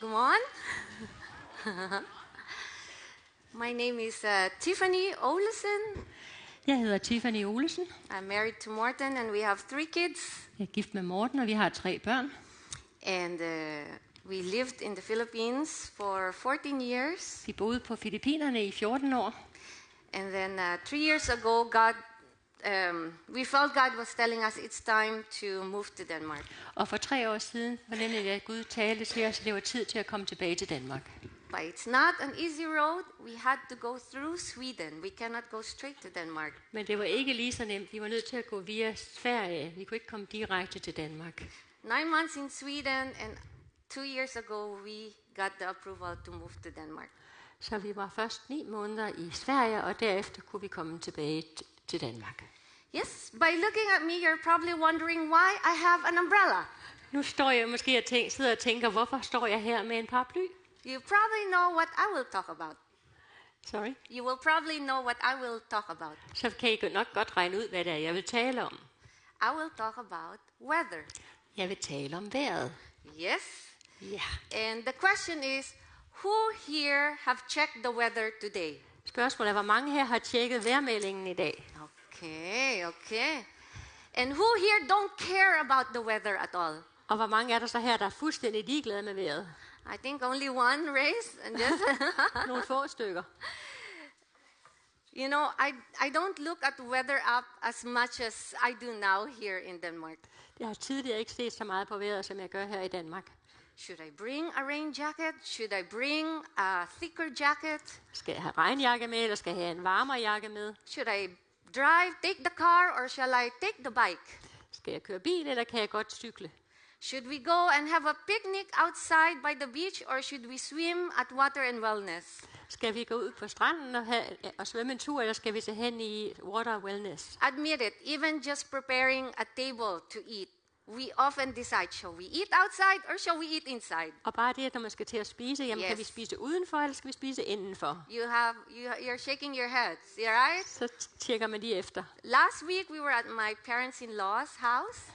Good on. My name is uh, Tiffany Olesen. Jeg hedder Tiffany Olesen. I'm married to Morten, and we have three kids. Jeg er gift med Morten, og vi har tre børn. And uh, we lived in the Philippines for 14 years. Vi boede på Filippinerne i 14 år. And then uh, three years ago, God, um, we felt God was telling us it's time to move to Denmark. Og for tre år siden fornemmede jeg, at Gud talte til os, at det var tid til at komme tilbage til Danmark. But it's not an easy road. We had to go through Sweden. We cannot go straight to Denmark. Men det var ikke lige så nemt. Vi var nødt til at gå via Sverige. Vi kunne ikke komme direkte til Danmark. Nine months in Sweden, and two years ago, we got the approval to move to Denmark. Så vi var først ni måneder i Sverige, og derefter kunne vi komme tilbage t- til Danmark. Yes, by looking at me, you're probably wondering why I have an umbrella. Nu står jeg måske og tænker, sidder og tænker, hvorfor står jeg her med en paraply? You probably know what I will talk about. Sorry. You will probably know what I will talk about. Så kan I nok godt regne ud, hvad det er, jeg vil tale om. I will talk about weather. Jeg vil tale om vejret. Yes. Ja. And the question is who here have checked the weather today? Spørgsmålet er, hvor mange her har tjekket vejrmeldingen i dag? Okay, okay. And who here don't care about the weather at all? Og hvor mange er der så her, der er fuldstændig ligeglade med vejret? I think only one race and just Nogle få stykker. you know, I I don't look at weather app as much as I do now here in Denmark. Jeg har tidligere ikke set så meget på vejret, som jeg gør her i Danmark. Should I bring a rain jacket? Should I bring a thicker jacket? Skal jeg have regnjakke med, eller skal jeg have en varmere jakke med? Should I drive, take the car, or shall I take the bike? Skal jeg køre bil, eller kan jeg godt cykle? Should we go and have a picnic outside by the beach, or should we swim at Water and Wellness? Skal vi gå ud på stranden og, have, og svømme en tur, eller skal vi se hen i Water og Wellness? Admit it, even just preparing a table to eat, we often decide shall we eat outside or shall we eat inside? Og bare det, at når man skal til at spise, jamen yes. kan Yes. vi spise udenfor, eller skal vi spise indenfor? You have you, you're shaking your heads, you right? Så t- tjekker man lige efter. Last week we were at my parents-in-law's house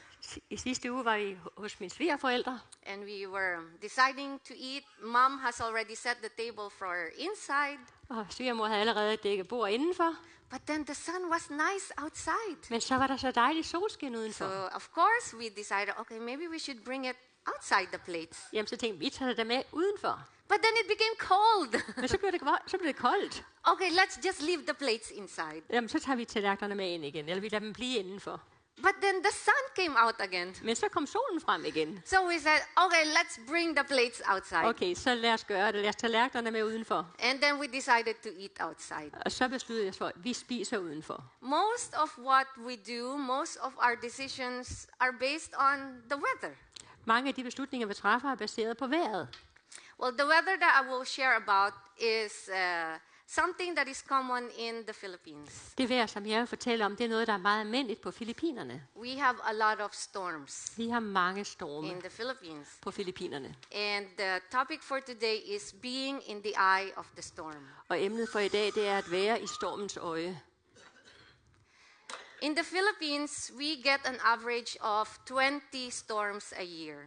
I sidste uge var vi hos mine svigerforældre, and we were deciding to eat. Mom has already set the table for inside, og svigermor havde allerede dækket bord indenfor, but then the sun was nice outside. men så var der så dejlig solskin udenfor. So of course we decided, okay, maybe we should bring it outside the plates. Jamen så tænkte vi, vi tager det med udenfor. But then it became cold. Men så blev det, kvol- så blev det koldt. okay, let's just leave the plates inside. Jamen så tager vi tallerkenerne med ind igen, eller vi lader dem blive indenfor. But then the sun came out again. Men så kom solen frem igen. So we said, okay, let's bring the plates outside. Okay, så lad os gøre det. Lad os tage tallerkenerne med udenfor. And then vi decided to eat outside. Og så besluttede jeg for, at vi spiser udenfor. Most of what we do, most of our decisions are based on the weather. Mange af de beslutninger, vi træffer, er baseret på vejret. Well, the weather that I will share about is uh, something that is common in the Philippines. Det vejr, som jeg vil fortælle om, det er noget, der er meget almindeligt på Filippinerne. We have a lot of storms Vi har mange storme in the Philippines. på Filippinerne. And the topic for today is being in the eye of the storm. Og emnet for i dag, det er at være i stormens øje. In the Philippines, we get an average of 20 storms a year.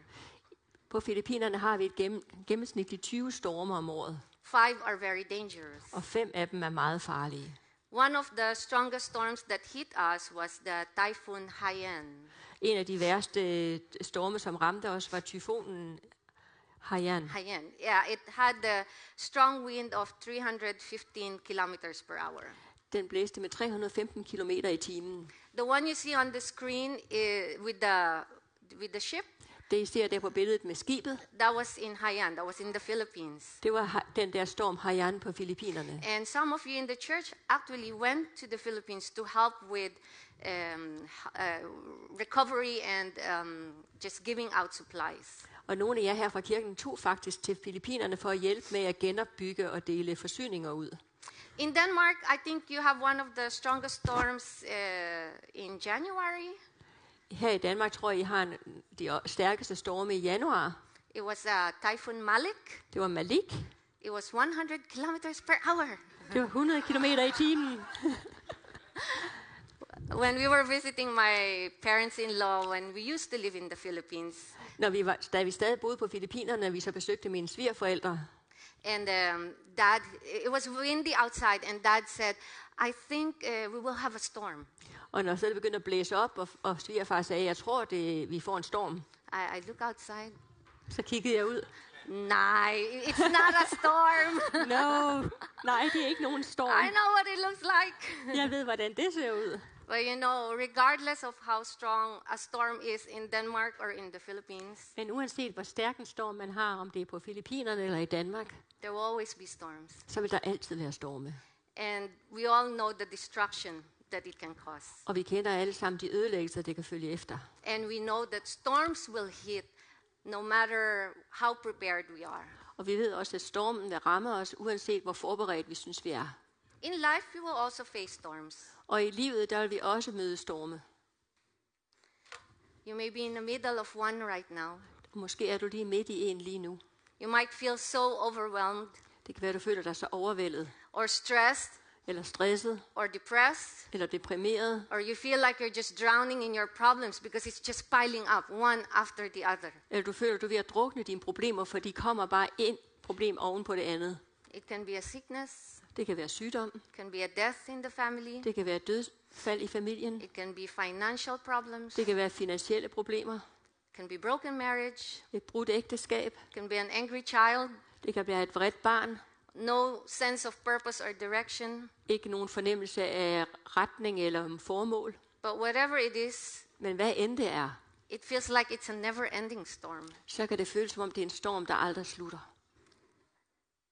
På Filippinerne har vi et gennem, gennemsnitligt 20 storme om året, Five are very dangerous. og fem af dem er meget farlige. One of the strongest storms that hit us was the typhoon Haiyan. En af de værste øh, storme, som ramte os, var tyfonen Haiyan. Haiyan, yeah, it had a strong wind of 315 kilometers per hour. Den blæste med 315 km i timen. The one you see on the screen eh, with the with the ship Det I ser der på billedet med skibet, that was in Haiyan, that was in the Philippines. det var ha- den der storm Haiyan på Filippinerne. And some of you in the church actually went to the Philippines to help with um, h- uh, recovery and um, just giving out supplies. Og nogle af jer her fra kirken tog faktisk til Filippinerne for at hjælpe med at genopbygge og dele forsyninger ud. In Denmark, I think you have one of the strongest storms uh, in January. Her i Danmark tror jeg, I har en, de o- stærkeste storme i januar. It was uh, Typhoon Malik. Det var Malik. It was 100 kilometers per hour. Det var 100 km i timen. When we were visiting my parents in law, when we used to live in the Philippines, Når vi var, da vi stadig boede på Filippinerne, og vi så besøgte mine svigerforældre, And um, dad, it was windy outside, and dad said, I think uh, we will have a storm. og når så det begyndte at blæse op, og, og svigerfar sagde, jeg tror, det, vi får en storm, I, I look outside. så kiggede jeg ud. Nah, it's not a storm. No, nej, det er ikke nogen I storm. know what it looks like. Jeg ved, hvordan det ser ud. But you know, regardless of how strong a storm is in Denmark or in the Philippines, Men uanset hvor stærk en storm man har, om det er på Filippinerne eller i Danmark, there will always be storms. så vil der altid være storme. And we all know the destruction that it can cause. Og vi kender alle sammen de ødelæggelser, det kan følge efter. And we know that storms will hit no matter how prepared we are. Og vi ved også, at stormen vil ramme os, uanset hvor forberedt vi synes, vi er. In life, we will also face storms. Og i livet, der vil vi også møde storme. You may be in the middle of one right now. Og måske er du lige midt i en lige nu. You might feel so overwhelmed Det kan være, du føler dig så overvældet, or stressed eller stresset, or depressed, eller deprimeret, or you feel like you're just drowning in your problems because it's just piling up one after the other. eller du føler, du er ved at drukne dine problemer, for de kommer bare ind problem oven på det andet. It can be a sickness, Det kan være sygdom, it can be a death in the family, det kan være dødsfald i familien, it can be financial problems, det it kan være finansielle problemer, can be broken marriage, et brudt ægteskab, it can be an angry child, det kan være et vredt barn, no sense of purpose or direction. ikke nogen fornemmelse af retning eller formål. But whatever it is, Men hvad end det er, it feels like it's a never ending storm. så kan det føles som om, det er en storm, der aldrig slutter.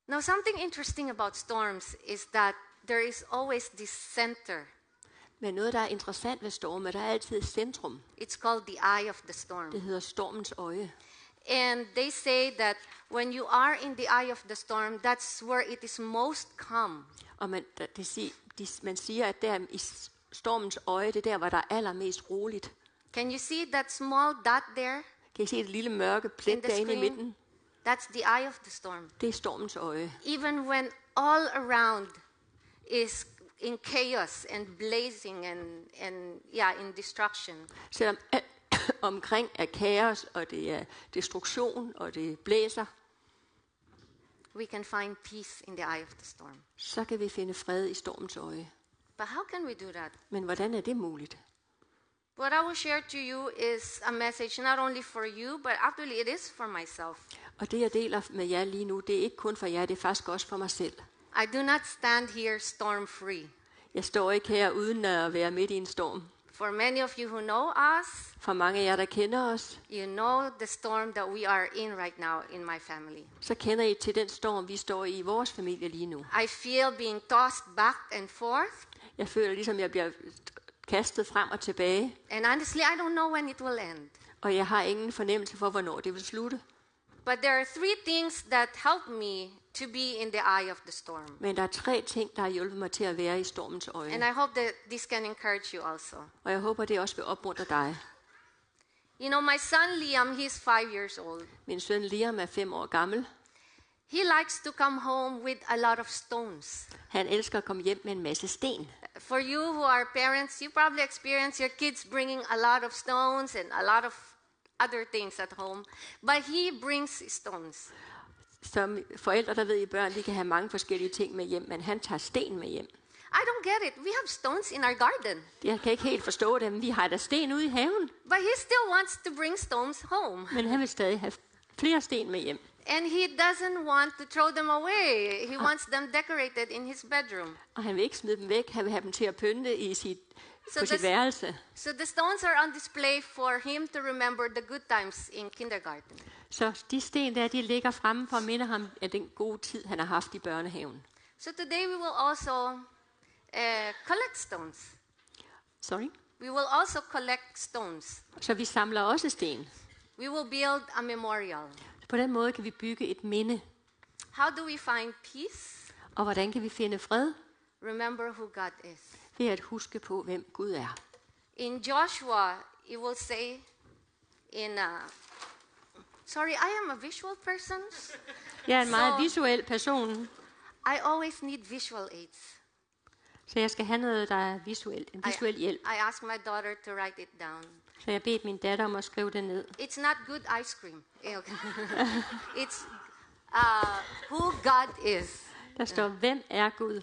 Now, something interesting about storms is that there is always this center. Men noget, der er interessant ved storme, der er altid et centrum. It's called the eye of the Det storm. hedder stormens øje. And they say that when you are in the eye of the storm, that's where it is most calm. Og man, der- det sig, de, man siger, at der i s- stormens øje, det er der, hvor der er allermest roligt. Can you see that small dot there? Kan I se et lille mørke plet In the derinde i screen? midten? That's the eye of the storm. Det er stormens øje. Even when all around is in chaos and blazing and, and yeah, in destruction, Selvom alt omkring er kaos, og det er destruktion, og det blæser, we can find peace in the eye of the storm. så kan vi finde fred i stormens øje. But how can we do that? Men hvordan er det muligt? What I will share to you is a message not only for you, but actually it is for myself. Og det, jeg deler med jer lige nu, det er ikke kun for jer, det er faktisk også for mig selv. I do not stand here storm free. Jeg står ikke her uden at være midt i en storm. For many of you who know us, For mange af jer, der kender os, you know the storm that we are in right now in my family. så kender I til den storm, vi står i i vores familie lige nu. I feel being tossed back and forth, Jeg føler ligesom, jeg bliver kastet frem og tilbage, and honestly, I don't know when it will end. og jeg har ingen fornemmelse for, hvornår det vil slutte. But there are three things that help me to be in the eye of the storm. Men der er tre ting, der har hjulpet mig til at være i stormens øje, And I hope that this can encourage you also. og jeg håber, det også vil opmuntre dig. You know, my son Liam, he's five years old. Min søn Liam er fem år gammel. He likes to come home with a lot of stones. Han elsker at komme hjem med en masse sten. For you who are parents, you probably experience your kids bringing a lot of stones and a lot of other things at home. But he brings stones. Som forældre, der ved I børn, de kan have mange forskellige ting med hjem, men han tager sten med hjem. I don't get it. We have stones in our garden, Jeg kan ikke helt forstå det, men vi har da sten ude i haven. but he still wants to bring stones home. Men han vil stadig have flere sten med hjem. And he doesn't want to throw them away. He wants them decorated in his bedroom. Og han vil ikke smide dem væk. Han vil have dem til at pynte i sit, Så på sit der- værelse. So the stones are on display for him to remember the good times in kindergarten. Så de sten der, de ligger fremme for at minde ham af den gode tid, han har haft i børnehaven. So today we will also uh, collect stones. Sorry. We will also collect stones. Så vi samler også sten. We will build a memorial. På den måde kan vi bygge et minde. How do we find peace? Og hvordan kan vi finde fred? Remember who God is. Ved at huske på, hvem Gud er. In Joshua, it will say, in uh, sorry, I am a visual person. Jeg er en meget Så- visuel person, I always need visual aids. så jeg skal have noget, der er visuelt. En visuel hjælp. I, I ask my daughter to write it down. Så jeg bedte min datter om at skrive det ned. It's not good ice cream. Okay. it's uh, who God is. Der står, hvem er Gud?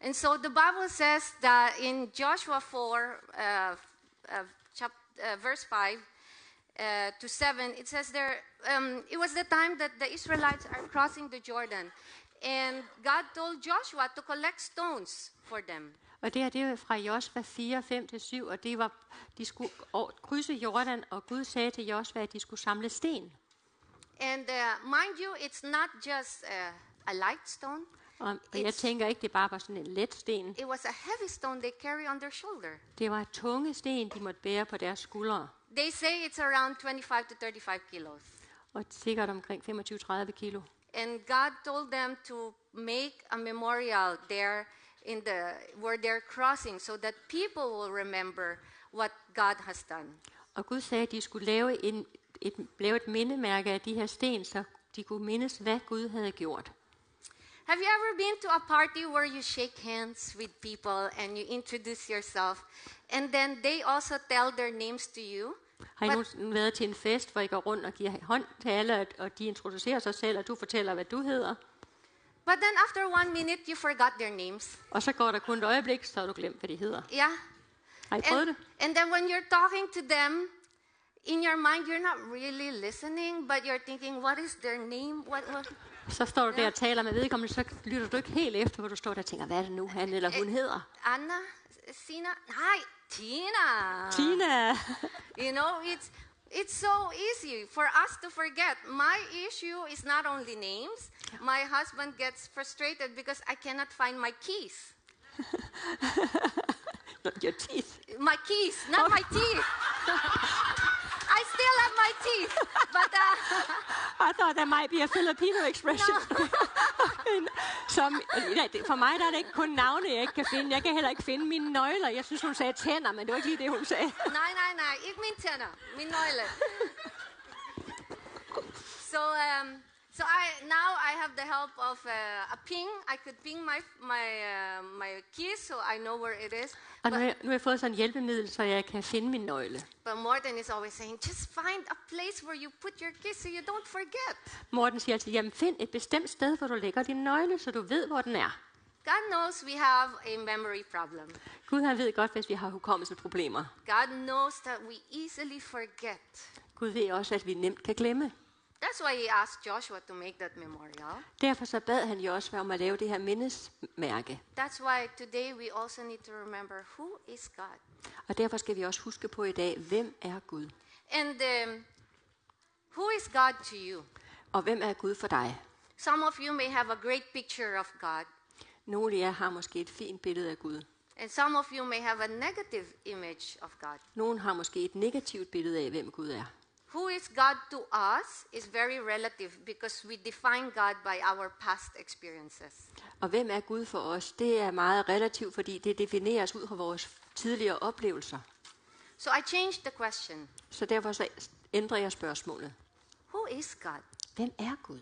And so the Bible says that in Joshua 4, uh, uh, chap- uh, verse 5 uh, to 7, it says there, um, it was the time that the Israelites are crossing the Jordan. And God told Joshua to collect stones for them. Og det her, det er jo fra Josva 4, 5-7, og det var, de skulle over- krydse Jordan, og Gud sagde til Josva, at de skulle samle sten. And uh, mind you, it's not just uh, a light stone, Og, og jeg It's- tænker ikke, det bare var sådan en let sten. it was a heavy stone they carry on their shoulder. Det var tunge sten, de måtte bære på deres skuldre, They say it's around 25 to 35 kilos. og sikkert omkring 25-30 kilo. And God told them to make a memorial there in the where they're crossing so that people will remember what God has done. Og Gud sagde, at de skulle lave, en, et, lave et mindemærke af de her sten, så de kunne mindes, hvad Gud havde gjort. Have you ever been to a party where you shake hands with people and you introduce yourself and then they also tell their names to you? Har I Hvad- nogensinde været til en fest, hvor I går rundt og giver hånd til alle, og- og de introducerer sig selv, og du fortæller, hvad du hedder? But then after 1 minute you forgot their names. Og så går der kun et øjeblik, så har du glemt, hvad de hedder. Yeah? Har I And, prøvet det? and then when you're talking to them in your mind you're not really listening but you're thinking what is their name? What, what? Så står du der og taler med vedkommende, så lytter du ikke helt efter, hvor du står der og tænker, hvad er det nu, han eller hun hedder? Anna, S- Sina, hi, Tina. Tina! You know, it's it's so easy for us to forget. My issue is not only names. My husband gets frustrated because I cannot find my keys. Nå, Your teeth. My keys, not my teeth. I still have my teeth, but uh, I thought that might be a Filipino expression. Som, ja, det- for mig der er det ikke kun navne, jeg ikke kan finde. Jeg kan heller ikke finde mine nøgler. Jeg synes, hun sagde tænder, men det var ikke lige det, hun sagde. Nein, nein, nein. Ich bin Tenor. Min Neule. so, um, so I now I have the help of uh, a ping. I could ping my my uh, my key, so I know where it is. Og nu, har But, jeg- nu har jeg fået sådan en hjælpemiddel, så jeg kan finde min nøgle. but Morten is always saying, just find a place where you put your keys so you don't forget. Morten siger altid, jamen find et bestemt sted, hvor du lægger din nøgle, så du ved, hvor den er. God knows we have a memory problem. Gud han ved godt, hvis vi har hukommelsesproblemer. God knows that we easily forget. Gud ved også, at vi nemt kan glemme. That's why he asked Joshua to make that memorial. Derfor så bad han jo også om at lave det her mindesmærke. That's why today we also need to remember who is God. Og derfor skal vi også huske på i dag, hvem er Gud? And um, who is God to you? Og hvem er Gud for dig? Some of you may have a great picture of God, Nogle af jer har måske et fint billede af Gud. and some of you may have a negative image of God. Nogle har måske et negativt billede af, hvem Gud er. Who is God to us is very relative because we define God by our past experiences. Og hvem er Gud for os? Det er meget relativt, fordi det defineres ud fra vores tidligere oplevelser. So I changed the question Så derfor så ændrer jeg spørgsmålet. Who is God? Hvem er Gud?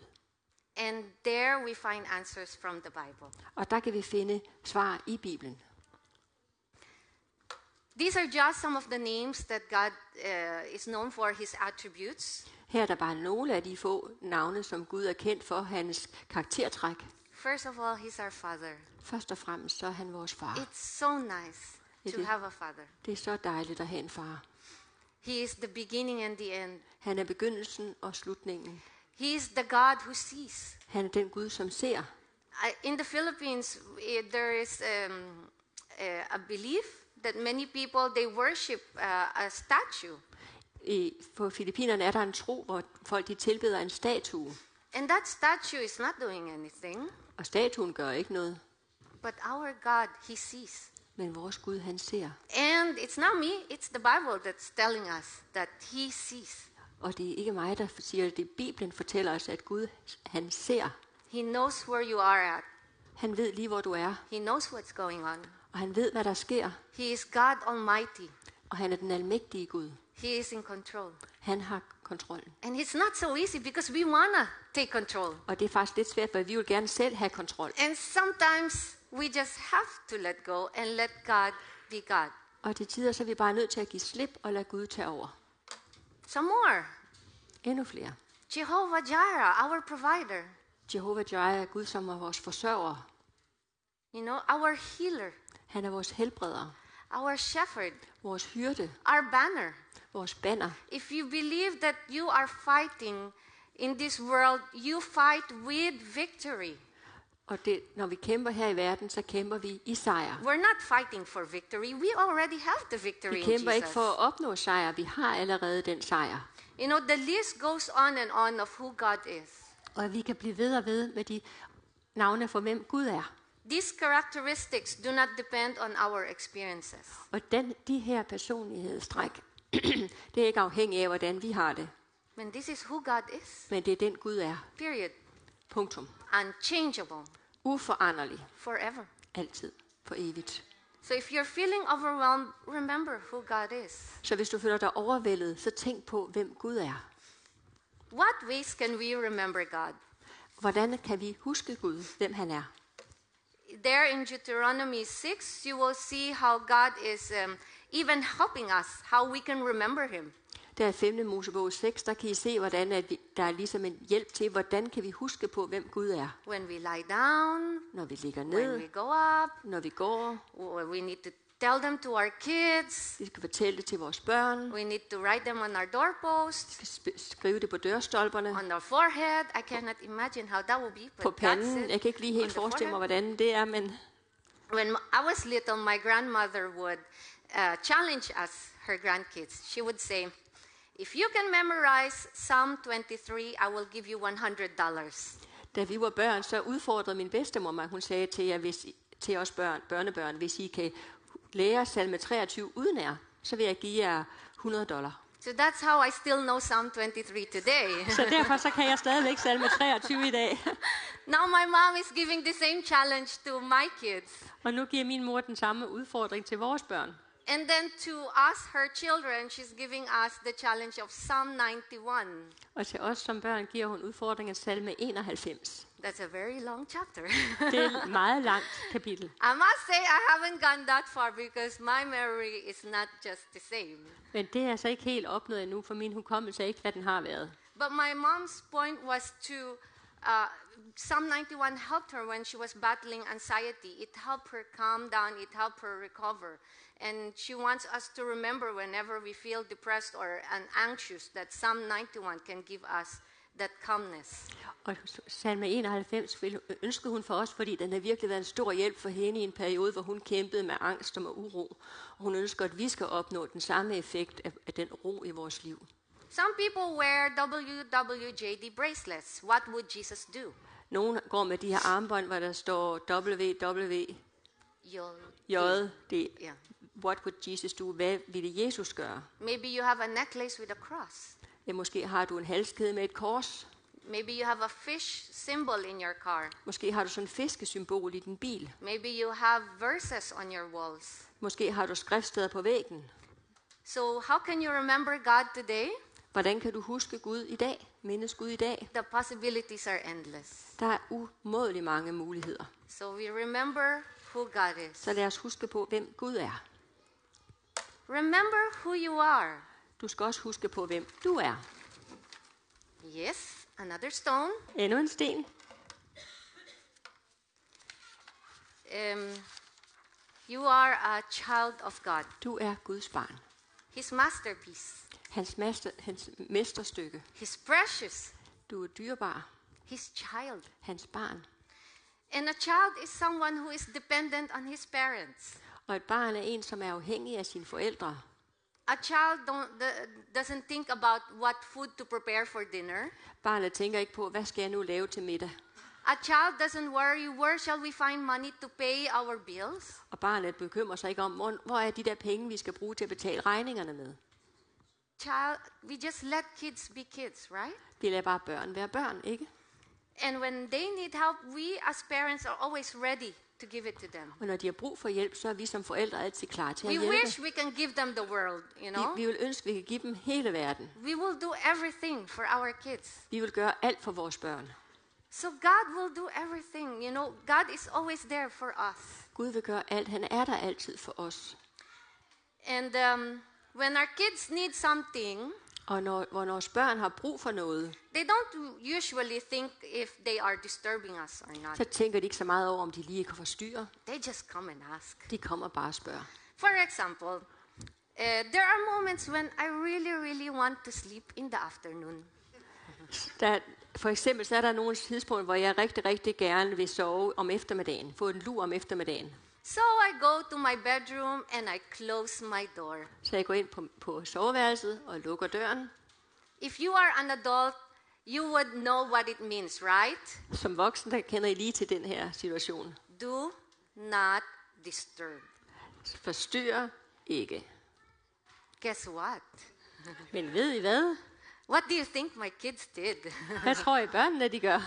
And there we find answers from the Bible. Og der kan vi finde svar i Bibelen. These are just some of the names that God uh, is known for, his attributes. Her er der bare nogle af de få navne, som Gud er kendt for, hans karaktertræk. First of all, he's our Father. Først og fremmest så er han vores far. It's so nice It to is. have a father. Det er så dejligt at have en far. He is the beginning and the end. Han er begyndelsen og slutningen. He is the God who sees. Han er den Gud, som ser. I, in the Philippines, eh, there is um, eh, a belief that many people they worship uh, a statue, I, på Filippinerne er der en tro, hvor folk de tilbeder en statue. and that statue is not doing anything. Og statuen gør ikke noget, But our God, He sees, men vores Gud han ser. and it's not me; it's the Bible that's telling us that He sees. Og det er ikke mig, der siger det. det. er Bibelen fortæller os, at Gud han ser. He knows where you are at. Han ved lige, hvor du er. He knows what's going on. Og han ved, hvad der sker. He is God Almighty. Og han er den almægtige Gud. He is in control. Han har kontrollen. And it's not so easy because we want to take control. Og det er faktisk lidt svært, for vi vil gerne selv have kontrol. And sometimes we just have to let go and let God be God. Og til tider så er vi bare nødt til at give slip og lade Gud tage over. Some more. Endnu flere. Jehovah Jireh, our provider, Jehova Jireh er Gud, som er vores forsørger. you know, our healer, Han er vores helbreder, our shepherd, vores hyrde, our banner. vores banner. If you believe that you are fighting in this world, you fight with victory. Og det, når vi kæmper her i verden, så kæmper vi i sejr. We're not fighting for victory. We already have the victory Vi in kæmper ikke Jesus. for at opnå sejr. Vi har allerede den sejr. You know, the list goes on and on of who God is. Og vi kan blive ved og ved med de navne for, hvem Gud er. These characteristics do not depend on our experiences. Og den, de her personlighedstræk, det er ikke afhængigt af, hvordan vi har det. And this is who God is. Men det er den Gud er. Period. Punktum. Unchangeable Uforanderlig. forever. Altid. For evigt. So if you're feeling overwhelmed, remember who God is. Så hvis du føler dig overvældet, så tænk på, hvem Gud er. What ways can we remember God? Hvordan kan vi huske Gud, hvem han er? There in Deuteronomy 6, you will see how God is um, even helping us, how we can remember Him. Der i 5. Mosebog 6, der kan I se, hvordan at vi, der er ligesom en hjælp til, hvordan kan vi huske på, hvem Gud er. When we lie down, Når vi ligger when ned, we go up, når vi går, w- we need to tell them to our kids, vi skal fortælle det til vores børn, we need to write them on our doorpost, vi skal sp- skrive det på dørstolperne, on our forehead. I cannot imagine how that would be, på but that's panden. Jeg it. kan ikke lige helt On the forestille mig, forehead. hvordan det er, men When m- I was little, my grandmother would uh, challenge us, her grandkids. She would say, if you can memorize Psalm 23, I will give you $100. da vi var børn, så udfordrede min bedstemor mig. Hun sagde til, jer, hvis, I- til os børn, børnebørn, hvis I kan lære salme 23 uden jer, så vil jeg give jer 100 dollar. So that's how I still know Psalm 23 today. Så derfor så kan jeg stadigvæk salme 23 i dag. now my mom is giving the same challenge to my kids. Og nu giver min mor den samme udfordring til vores børn. And then to us, her children, she's giving us the challenge of Psalm 91. Og til os som børn giver hun udfordringen af salme 91. That's a very long chapter. Det er et meget langt kapitel. I must say, I haven't gone that far because my memory is not just the same. Men det er altså ikke helt opnået endnu, for min hukommelse er ikke, hvad den har været. But my mom's point was to uh, Psalm 91 helped her when she was battling anxiety. It helped her calm down, it helped her recover. And she wants us to remember whenever we feel depressed or an anxious that Psalm 91 can give us that calmness. Og salme 91 vil- ønskede hun for os, fordi den har virkelig været en stor hjælp for hende i en periode, hvor hun kæmpede med angst og med uro. Og hun ønsker, at vi skal opnå den samme effekt af, af den ro i vores liv. Some people wear WWJD bracelets. What would Jesus do? Nogle går med de her armbånd, hvor der står WWJ. You'll Det Yeah. What would Jesus do? Hvad ville Jesus gøre? Maybe you have a necklace with a cross. Ja, måske har du en halskæde med et kors. Maybe you have a fish symbol in your car. Måske har du sådan en fiskesymbol i din bil. Maybe you have verses on your walls. Måske har du skriftsteder på væggen. So, how can you remember God today? Hvordan kan du huske Gud i dag? Mindes Gud i dag? The possibilities are endless. Der er umådelig mange muligheder. So, we remember who God is. Så lad os huske på, hvem Gud er. Remember who you are. Du skal også huske på, hvem du er. Yes, another stone. Endnu en sten. Um, you are a child of God, Du er Guds barn. His masterpiece. Hans, master, hans mesterstykke. He's precious. Du er dyrbar. His child. Hans barn. And a child is someone who is dependent on his parents. Og et barn er en, som er afhængig af sine forældre. A child don't, the, doesn't think about what food to prepare for dinner. Barnet tænker ikke på, hvad skal jeg nu lave til middag? A child doesn't worry where shall we find money to pay our bills. Og barnet bekymrer sig ikke om, hvor, hvor er de der penge, vi skal bruge til at betale regningerne med. Child, we just let kids be kids, right? Vi lader bare børn være børn, ikke? And when they need help, we as parents are always ready to give it to them. Og når de har brug for hjælp, så er vi som forældre altid klar til at We hjælpe. wish we can give them the world, you know? Vi, vi vil ønske, at vi kan give dem hele verden. We will do everything for our kids. Vi vil gøre alt for vores børn. So God will do everything, you know? God is always there for us. Gud vil gøre alt. Han er der altid for os. And um, when our kids need something, Og når, hvor vores børn har brug for noget, they don't usually think if they are disturbing us or not. så tænker de ikke så meget over, om de lige kan forstyrre. They just come and ask. De kommer bare og spørger. For example, uh, there are moments when I really, really want to sleep in the afternoon. Der, for eksempel så er der nogle tidspunkter, hvor jeg rigtig, rigtig gerne vil sove om eftermiddagen. Få en lur om eftermiddagen. So I go to my bedroom and I close my door. Så jeg går ind på, på soveværelset og lukker døren. If you are an adult, you would know what it means, right? Som voksen, der kender I lige til den her situation. Do not disturb. Forstyrrer ikke. Guess what? Men ved I hvad? What do you think my kids did? Hvad tror I børnene, de gør?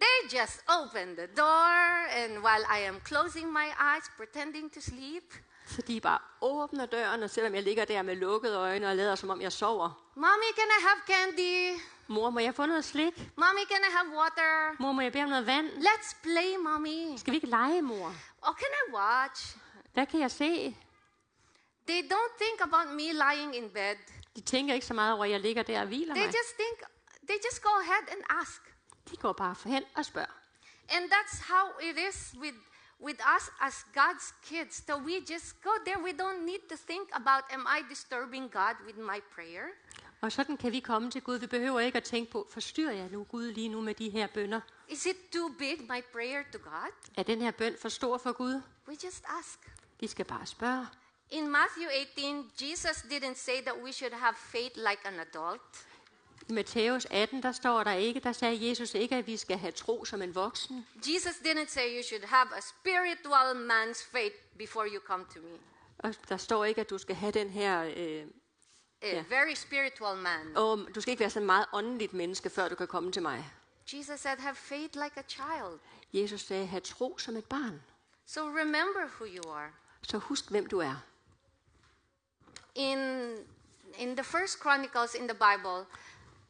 they just opened the door, and while I am closing my eyes, pretending to sleep, Så de bare åbner døren, og selvom jeg ligger der med lukkede øjne og lader, som om jeg sover. Mommy, can I have candy? Mor, må jeg få noget slik? Mommy, can I have water? Mor, må jeg bede om noget vand? Let's play, mommy. Skal vi ikke lege, mor? Or Oh, can I watch? Hvad kan jeg se? They don't think about me lying in bed. De tænker ikke så meget over, at jeg ligger der og hviler They mig. just think, they just go ahead and ask. De går bare hen og spørger. And that's how it is with, with us as God's kids. So we just go there. We don't need to think about, am I disturbing God with my prayer? Og sådan kan vi komme til Gud. Vi behøver ikke at tænke på, forstyrrer jeg nu Gud lige nu med de her bønder? Is it too big, my prayer to God? Er den her bøn for stor for Gud? We just ask. De skal bare spørge. In Matthew 18, Jesus didn't say that we should have faith like an adult. I Matthæus 18, der står der ikke, der sagde Jesus ikke, at vi skal have tro som en voksen. Jesus didn't say you should have a spiritual man's faith before you come to me. Og der står ikke, at du skal have den her... Øh, A Yeah. very spiritual man. åh, du skal ikke være sådan meget åndeligt menneske, før du kan komme til mig. Jesus said, have faith like a child. Jesus sagde, have tro som et barn. So remember who you are. Så husk, hvem du er. in in the first chronicles in the bible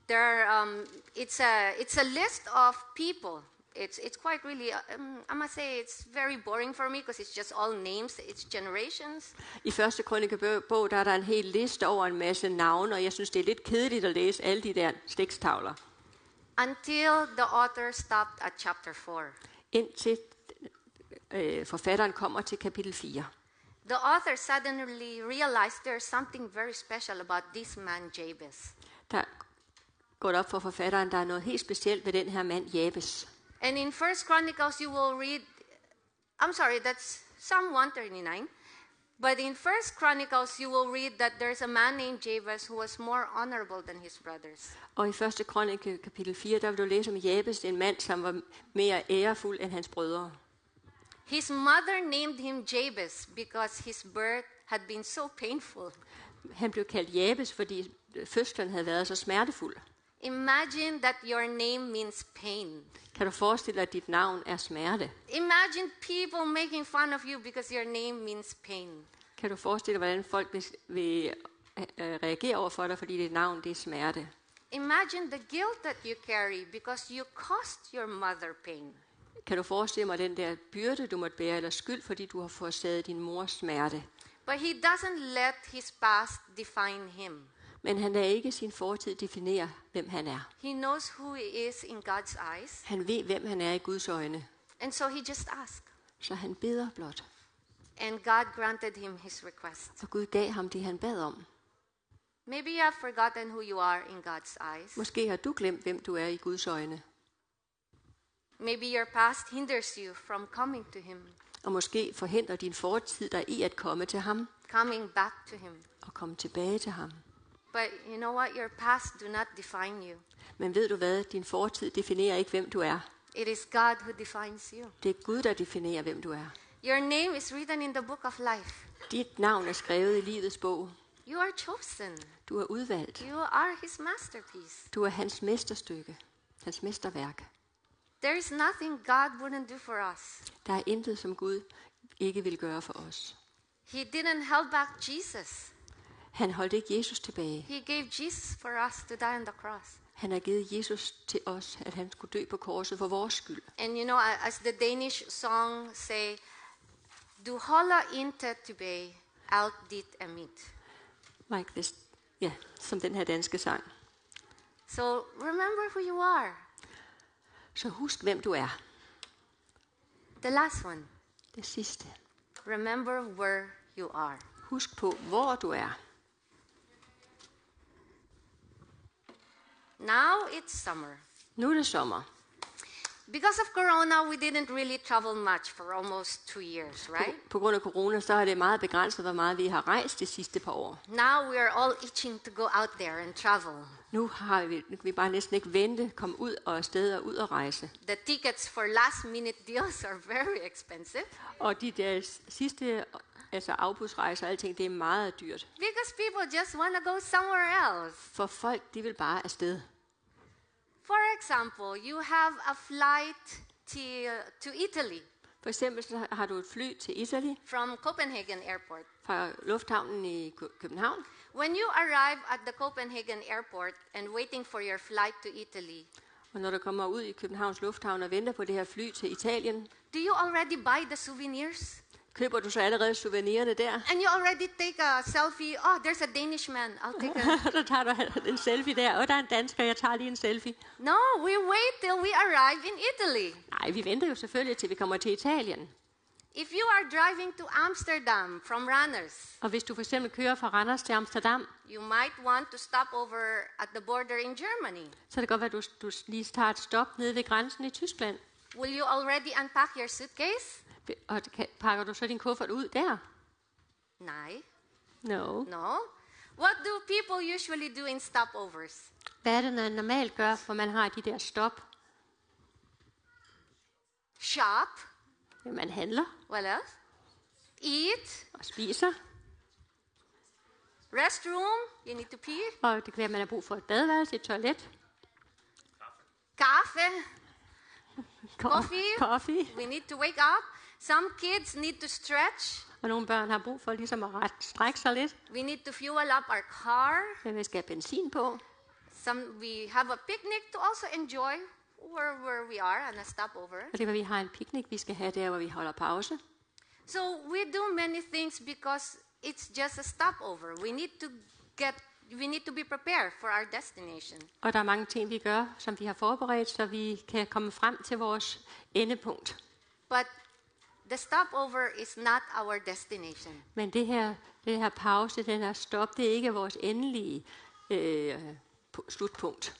there are, um, it's a it's a list of people it's it's quite really um, i must say it's very boring for me because it's just all names it's generations I første krønikebog, der er der en hel liste over en masse navne, og jeg synes, det er lidt kedeligt at læse alle de der stikstavler. until the author stopped at chapter 4 Indtil øh, forfatteren kommer til kapitel 4. the author suddenly realized there's something very special about this man jabez Der går det op for forfatteren, der er noget helt specielt ved den her mand, Jabes. and in first chronicles you will read i'm sorry that's psalm 139 but in first chronicles you will read that there's a man named jabez who was more honorable than his brothers Og i første krønike kapitel 4, der vil du læse om Jabes, en mand, som var mere ærefuld end hans brødre. his mother named him jabez because his birth had been so painful Han blev kaldt Jabes, fordi fødslen havde været så smertefuld. imagine that your name means pain Kan du forestille dig, at dit navn er smerte? imagine people making fun of you because your name means pain Kan du forestille dig, hvordan folk vil, vil øh, øh, reagere over for dig, fordi dit navn det er smerte? imagine the guilt that you carry because you caused your mother pain Kan du forestille mig den der byrde, du måtte bære, eller skyld, fordi du har forårsaget din mors smerte? But he doesn't let his past define him. Men han lader ikke sin fortid definere, hvem han er. He knows who he is in God's eyes, Han ved, hvem han er i Guds øjne, and so he just asked. så han beder blot. And God granted him his request. Og Gud gav ham det, han bad om. Maybe you have forgotten who you are in God's eyes. Måske har du glemt, hvem du er i Guds øjne. Maybe your past hinders you from coming to him, Og måske forhindrer din fortid dig i at komme til ham coming back to him. og komme tilbage til ham. But you know what? Your past do not define you. Men ved du hvad? Din fortid definerer ikke, hvem du er. It is God who defines you. Det er Gud, der definerer, hvem du er. Your name is written in the book of life. Dit navn er skrevet i livets bog. You are chosen. Du er udvalgt. You are his masterpiece. Du er hans mesterstykke. Hans mesterværk. There is nothing God wouldn't do for us. Der er intet, som Gud ikke vil gøre for os. He didn't hold back Jesus. Han holdt ikke Jesus tilbage. He gave Jesus for us to die on the cross. Han har givet Jesus til os, at han skulle dø på korset for vores skyld. And you know, a- as the Danish song say, "Du holder inte tillbaka outdid Amit. Like this, ja, som den her danske sang. So remember who you are. Så husk, hvem du er. The last one. Det sidste. Remember where you are. Husk på, hvor du er. Now it's summer. Nu er det sommer. Because of Corona, we didn't really travel much for almost two years, right? På grund af corona, så er det meget begrænset, hvor meget vi har rejst de sidste par år. Now we are all itching to go out there and travel. Nu har vi, nu kan vi bare næsten ikke vente, komme ud og afsted og ud og rejse. The tickets for last minute deals are very expensive Og de der sidste altså afbudsrejser og alting, det er meget dyrt. because people just want to go somewhere else. For folk, de vil bare afsted. For example, you have a flight to, to Italy For eksempel så har du et fly til Italy from Copenhagen Airport. fra lufthavnen i Kø- København. When you arrive at the Copenhagen Airport and waiting for your flight to Italy, Og når du kommer ud i Københavns Lufthavn og venter på det her fly til Italien, do you already buy the souvenirs? køber du så allerede souvenirerne der. And you already take a selfie. Oh, there's a Danish man. I'll take a. så tager du en selfie der. Og der er en dansker, jeg tager lige en selfie. no, we wait till we arrive in Italy. Nej, vi venter jo selvfølgelig til vi kommer til Italien. If you are driving to Amsterdam from Ranners, Og hvis du for eksempel kører fra Randers til Amsterdam, you might want to stop over at the border in Germany. så kan det godt være, at du, du lige tager et stop nede ved grænsen i Tyskland. Will you already unpack your suitcase? Og det kan, pakker du så din kuffert ud der? No. No. No. What do people usually do in stopovers? Hvad er det, man normalt gør, for man har de der stop? Shop. Ja, Man handler What else? Eat. og spiser, Restroom. You need to pee. og det kan være, at man har brug for et badeværelse, et toilet, Coffee. kaffe, Coffee. kaffe, We need to wake up. Some kids need to stretch. og nogle børn har brug for ligesom at ret, strække sig lidt. We need to fuel up our car. Men vi skal have benzin på, Some we have a picnic to also enjoy where, where we are and a stopover. og det er, hvad vi har en picnic, vi skal have der, hvor vi holder pause. So we do many things because it's just a stopover. We need to get we need to be prepared for our destination. Og der er mange ting, vi gør, som vi har forberedt, så vi kan komme frem til vores endepunkt. But the stopover is not our destination. Men det her, det her pause, den her stop, det er ikke vores endelige øh, pu- slutpunkt.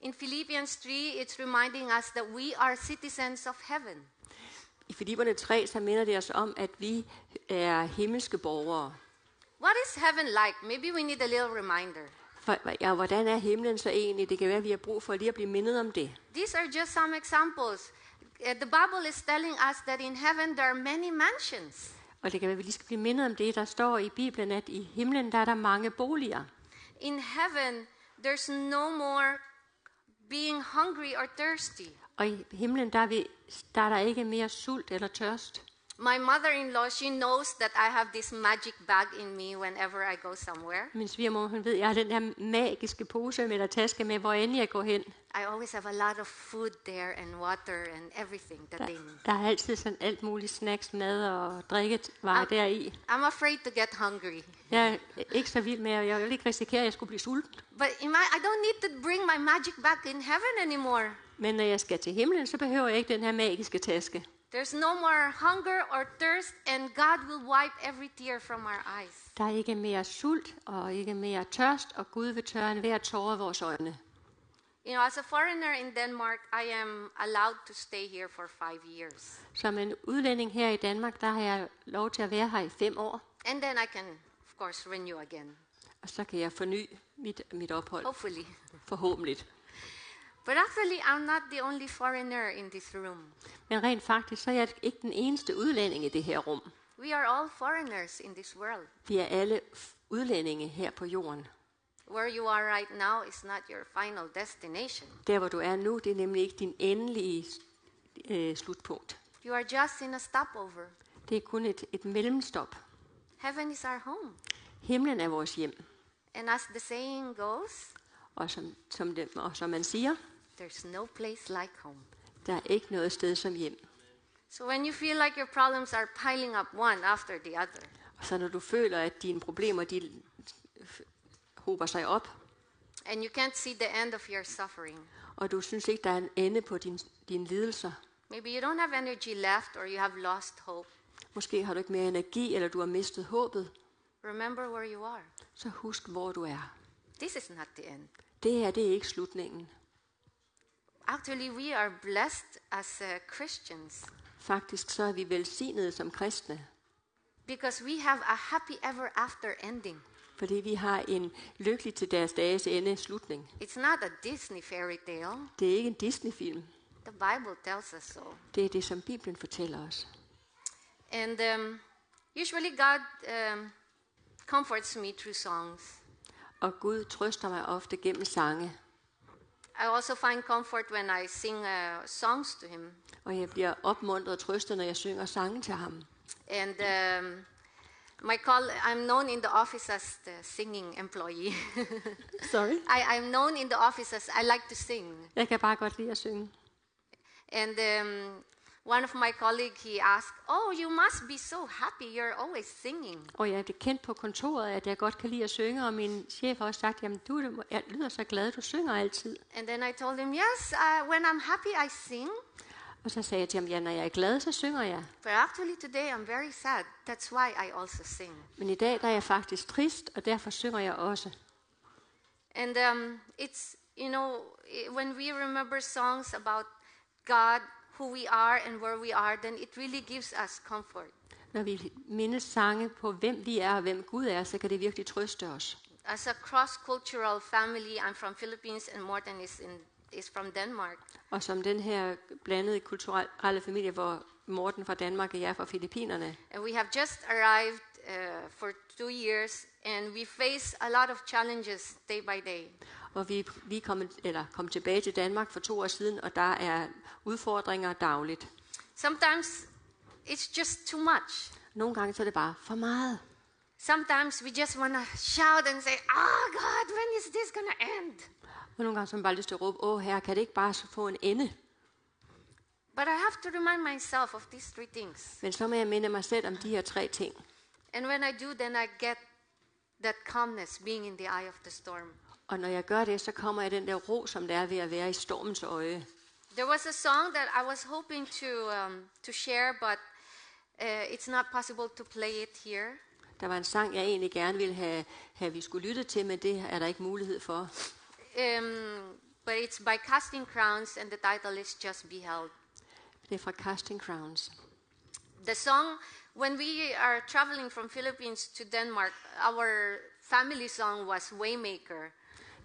In Philippians 3, it's reminding us that we are citizens of heaven. I Filiperne 3, så minder det os om, at vi er himmelske borgere. What is heaven like? Maybe we need a little reminder. For, ja, hvordan er himlen så egentlig? Det kan være, at vi har brug for lige at blive mindet om det. These are just some examples. Uh, The Bible is telling us that in heaven there are many mansions. Og det kan være, at vi lige skal blive mindet om det, der står i Bibelen, at i himlen der er der mange boliger. In heaven, there's no more being hungry or thirsty. Og i himlen der er, vi, der er der ikke mere sult eller tørst. My mother in law, she knows that I have this magic bag in me whenever I go somewhere. Min svigermor, hun ved, jeg har den der magiske pose med, eller taske med, hvor end jeg går hen. I always have a lot of food there and water and everything that they need. Der er altid sådan alt muligt snacks, mad og drikkevarer deri. I'm afraid to get hungry. Jeg er ikke så vild med, og jeg vil ikke risikere, at jeg skulle blive sulten. But in my, I don't need to bring my magic bag in heaven anymore. Men når jeg skal til himlen, så behøver jeg ikke den her magiske taske. There's no more hunger or thirst, and God will wipe every tear from our eyes. Der er ikke mere sult og ikke mere tørst, og Gud vil tørre enhver tårer af vores øjne. You know, as a foreigner in Denmark, I am allowed to stay here for five years. Som en udlænding her i Danmark, der har jeg lov til at være her i fem år, And then I can, of course, renew again, og så kan jeg forny mit, mit ophold, hopefully. forhåbentlig. But actually, I'm not the only foreigner in this room. Men rent faktisk, så er jeg ikke den eneste udlænding i det her rum. We are all foreigners in this world. Vi er alle f- udlændinge her på jorden. Where you are right now is not your final destination. Der, hvor du er nu, det er nemlig ikke din endelige øh, slutpunkt. You are just in a stopover. Det er kun et, et mellemstop. Heaven is our home. Himlen er vores hjem, And as the saying goes, og som, som, det, og som man siger, there's no place like home. der er ikke noget sted som hjem. So when you feel like your problems are piling up one after the other, Og Så når du føler, at dine problemer de f- hober sig op, and you can't see the end of your suffering. og du synes ikke, der er en ende på din, dine lidelser, Maybe you don't have energy left or you have lost hope. måske har du ikke mere energi, eller du har mistet håbet, Remember where you are. så husk, hvor du er. This is not the end. Det her, det er ikke slutningen. Actually, we are blessed as uh, Christians Faktisk så er vi velsignede som kristne, because we have a happy ever after ending. fordi vi har en lykkelig til deres dages ende slutning. It's not a Disney fairy tale. Det er ikke en Disney-film. The Bible tells us so. Det er det, som Bibelen fortæller os. And um, usually God um, comforts me through songs. Og Gud trøster mig ofte gennem sange, I also find comfort when I sing uh, songs to Him. og jeg bliver opmuntret og trøstet, når jeg synger sange til ham. And um, my call, I'm known in the office as the singing employee. Sorry? I, I'm known in the office as I like to sing. Jeg kan bare godt lide at synge. And um, one of my colleagues, he asked, "Oh, you must be so happy. You're always singing." Og jeg er blevet kendt på kontoret, at jeg godt kan lide at synge, og min chef har også sagt, jamen du er da- jeg lyder så glad, du synger altid. And then I told him, "Yes, uh, when I'm happy, I sing. Og så sagde jeg til ham, ja, når jeg er glad, så synger jeg. But actually, today I'm very sad. That's why I also sing." Men i dag der er jeg faktisk trist, og derfor synger jeg også. And um, it's you know i- when we remember songs about God, who we are, and where we are, then it really gives us comfort. Når vi mindes sange på, hvem vi er og hvem Gud er, så kan det virkelig trøste os. As a cross-cultural family, I'm from Philippines, and Morten is in is from Denmark. Og som den her blandede kulturelle familie, hvor Morten fra Danmark og jeg er fra Filippinerne, And we have just arrived uh, for two years, and we face a lot of challenges day by day. hvor vi, vi kom, eller kom tilbage til Danmark for to år siden, og der er udfordringer dagligt. Sometimes it's just too much. Nogle gange så er det bare for meget. Sometimes we just want to shout and say, Oh God, when is this going to end? Og nogle gange så har man bare lyst til at råbe, åh herre, kan det ikke bare så få en ende? But I have to remind myself of these three things. Men så må jeg minde mig selv om de her tre ting. And when I do, then I get that calmness being in the eye of the storm. Og når jeg gør det, så kommer jeg den der ro, som der er ved at være i stormens øje. There was a song that I was hoping to, um, to share, but uh, it's not possible to play it here. Der var en sang, jeg egentlig gerne ville have, have vi skulle lytte til, men det er der ikke mulighed for. Um, but it's by Casting Crowns, and the title is Just Be Held. Det er fra Casting Crowns. The song, when we are traveling from Philippines to Denmark, our family song was Waymaker.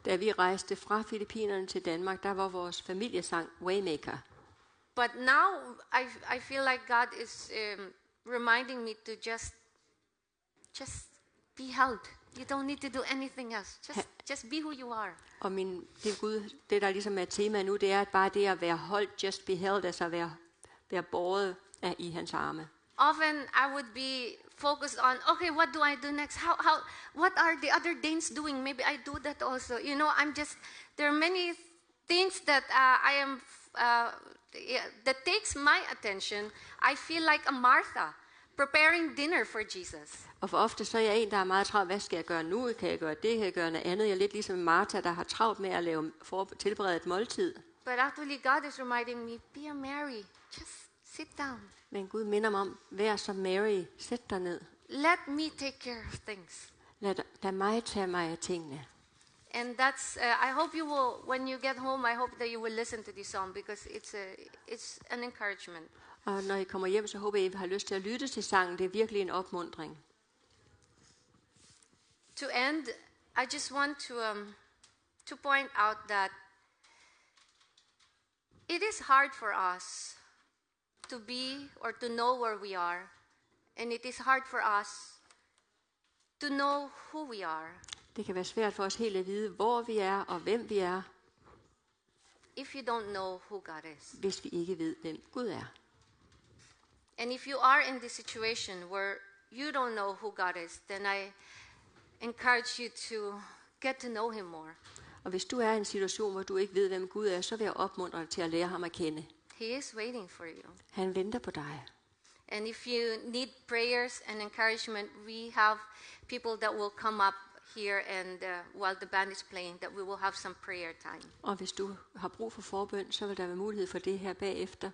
Da vi rejste fra Filippinerne til Danmark, der var vores familiesang Waymaker. But now I, I feel like God is um, reminding me to just, just be held. You don't need to do anything else. Just, just be who you are. Og min, det, Gud, det, der ligesom er tema nu, det er at bare det at være holdt, just be held, altså at være, være båret af, i hans arme. Often I would be focused on, okay, what do I do next? How, how, what are the other Danes doing? Maybe I do that also. You know, I'm just, there are many things that uh, I am, uh, yeah, that takes my attention. I feel like a Martha preparing dinner for Jesus. Og for ofte så er jeg en, der er meget travlt. Hvad skal jeg gøre nu? Kan jeg gøre det? Kan jeg gøre noget andet? Jeg er lidt ligesom Martha, der har travlt med at lave, for, tilberede et måltid. But actually God is reminding me, be a Mary. Just sit down. Men Gud minder mig om, vær som Mary, sæt dig ned. Let me take care of things. Lad, lad mig tage mig af tingene. And that's. Uh, I hope you will. When you get home, I hope that you will listen to this song because it's a. It's an encouragement. Og når I kommer hjem, så håber jeg, I har lyst til at lytte til sangen. Det er virkelig en opmundring. To end, I just want to um, to point out that it is hard for us to be or to know where we are, and it is hard for us to know who we are. Det kan være svært for os helt at vide, hvor vi er og hvem vi er, If you don't know who God is, hvis vi ikke ved, hvem Gud er. and if you are in this situation where you don't know who God is, then I encourage you to get to know Him more. Og hvis du er i en situation, hvor du ikke ved, hvem Gud er, så vil jeg opmuntre dig til at lære ham at kende. He is waiting for you. Han venter på dig. And if you need prayers and encouragement, we have people that will come up here and uh, while the band is playing, that we will have some prayer time. Og hvis du har brug for forbøn, så vil der være mulighed for det her bagefter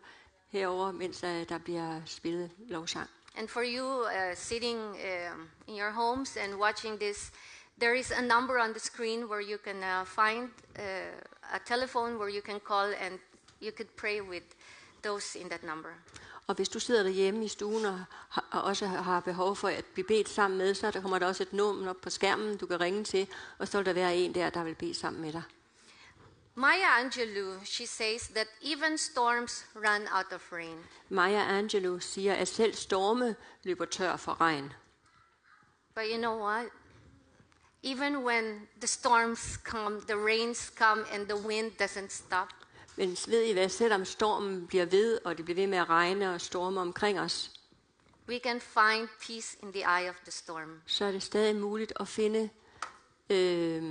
herover, mens øh, der bliver spillet lovsang. And for you uh, sitting um, in your homes and watching this, there is a number on the screen where you can uh, find uh, a telephone where you can call and you could pray with those in that number. Og hvis du sidder derhjemme i stuen og, har- og også har behov for at blive bedt sammen med, så der kommer der også et nummer op på skærmen, du kan ringe til, og så vil der være en der, der vil bede sammen med dig. Maya Angelou, she says that even storms run out of rain. Maya Angelou siger, at selv storme løber tør for regn. But you know what? Even when the storms come, the rains come, and the wind doesn't stop, Men ved I hvad, selvom stormen bliver ved, og det bliver ved med at regne og storme omkring os, we can find peace in the eye of the storm. så er det stadig muligt at finde øh,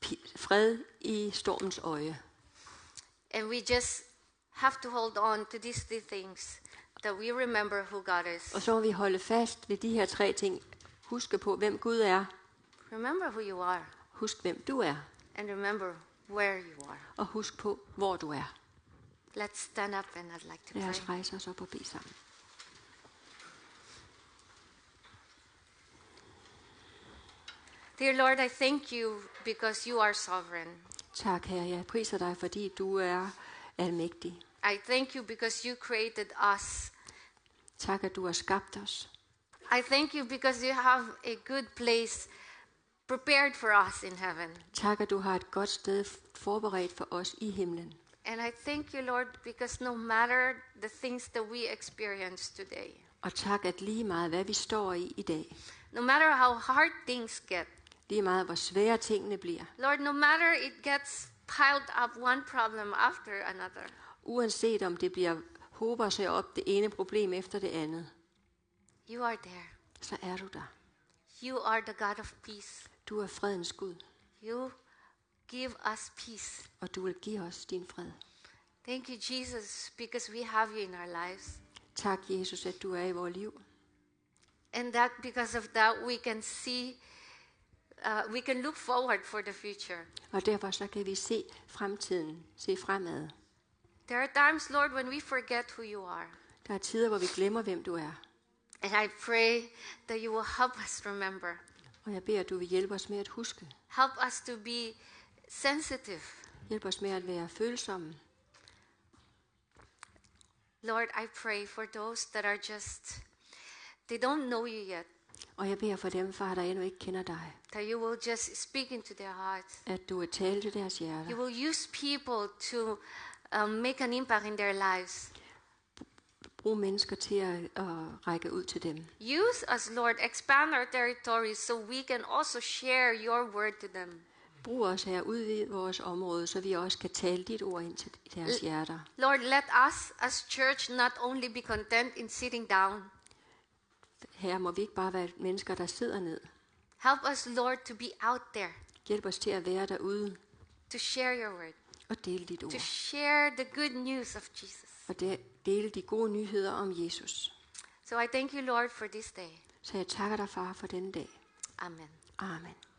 pi- fred i stormens øje. And we just have to hold on to these three things that we remember who God Og is. så må vi holde fast ved de her tre ting. Huske på, hvem Gud er. Remember who you are, Husk, hvem du er. and remember where you are. Og husk på, hvor du er. Let's stand up, and I'd like to Lad pray. os rejse os op og bede sammen. Dear Lord, I thank you because you are sovereign. Tak, Herre. Jeg priser dig, fordi du er almægtig. I thank you because you created us. Tak, at du har skabt os. I thank you because you have a good place prepared for us in heaven. Tak, at du har et godt sted forberedt for os i himlen. And I thank you, Lord, because no matter the things that we experience today, Og tak, at lige meget hvad vi står i i dag, no matter how hard things get, lige meget hvor svære tingene bliver, Lord, no matter it gets piled up one problem after another, uanset om det bliver hober sig op det ene problem efter det andet, you are there. så er du der. You are the God of peace. Du er fredens Gud, You give us peace. og du vil give os din fred. Thank you, Jesus, because we have you in our lives. Tak, Jesus, at du er i vores liv. And that because of that, we can see, uh, we can look forward for the future. Og derfor så kan vi se fremtiden, se fremad. There are times, Lord, when we forget who you are. Der er tider, hvor vi glemmer, hvem du er. And I pray that you will help us remember. Og jeg beder, at du vil hjælpe os med at huske. Help us to be sensitive. Hjælp os med at være følsomme. Lord, I pray for those that are just, they don't know you yet, Og jeg beder for dem, far, der endnu ikke kender dig, that you will just speak into their hearts. at du vil tale til deres You hjerter. will use people to um, make an impact in their lives. Brug mennesker til at, at række ud til dem. Use us, Lord, expand our territory so we can also share your word to them. Brug os her, udvid vores område, så vi også kan tale dit ord ind til deres hjerter. Lord, let us as church not only be content in sitting down, Her må vi ikke bare være mennesker, der sidder ned. help us, Lord, to be out there, Hjælp os til at være derude to share your word, og dele dit to ord. share the good news of Jesus. Og de- dele de gode nyheder om Jesus. So I thank you, Lord, for this day. Så jeg takker dig, far, for denne dag. Amen. Amen.